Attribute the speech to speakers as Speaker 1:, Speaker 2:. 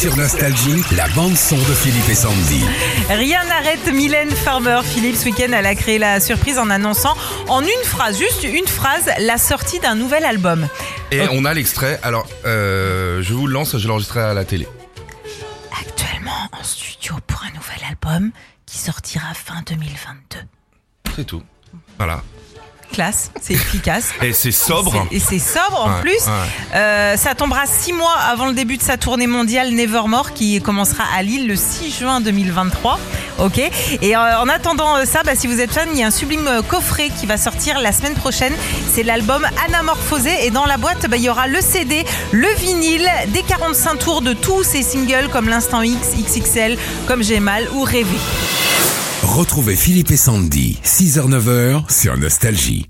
Speaker 1: Sur Nostalgie, la bande-son de Philippe et Sandy.
Speaker 2: Rien n'arrête Mylène Farmer. Philippe, ce week-end, elle a créé la surprise en annonçant en une phrase, juste une phrase, la sortie d'un nouvel album.
Speaker 3: Et on a l'extrait. Alors, euh, je vous le lance, je l'ai enregistré à la télé.
Speaker 2: Actuellement en studio pour un nouvel album qui sortira fin 2022.
Speaker 3: C'est tout. Voilà.
Speaker 2: Classe, c'est efficace.
Speaker 3: Et c'est sobre.
Speaker 2: C'est- Et c'est sobre en
Speaker 3: Ouais,
Speaker 2: plus.
Speaker 3: ouais.
Speaker 2: Euh, ça tombera six mois avant le début de sa tournée mondiale Nevermore qui commencera à Lille le 6 juin 2023. Ok. Et euh, en attendant euh, ça, bah, si vous êtes fan, il y a un sublime euh, coffret qui va sortir la semaine prochaine. C'est l'album Anamorphosé. Et dans la boîte, bah, il y aura le CD, le vinyle, des 45 tours de tous ces singles comme L'Instant X, XXL, Comme J'ai Mal ou Rêver.
Speaker 1: Retrouvez Philippe et Sandy, 6h-9h sur Nostalgie.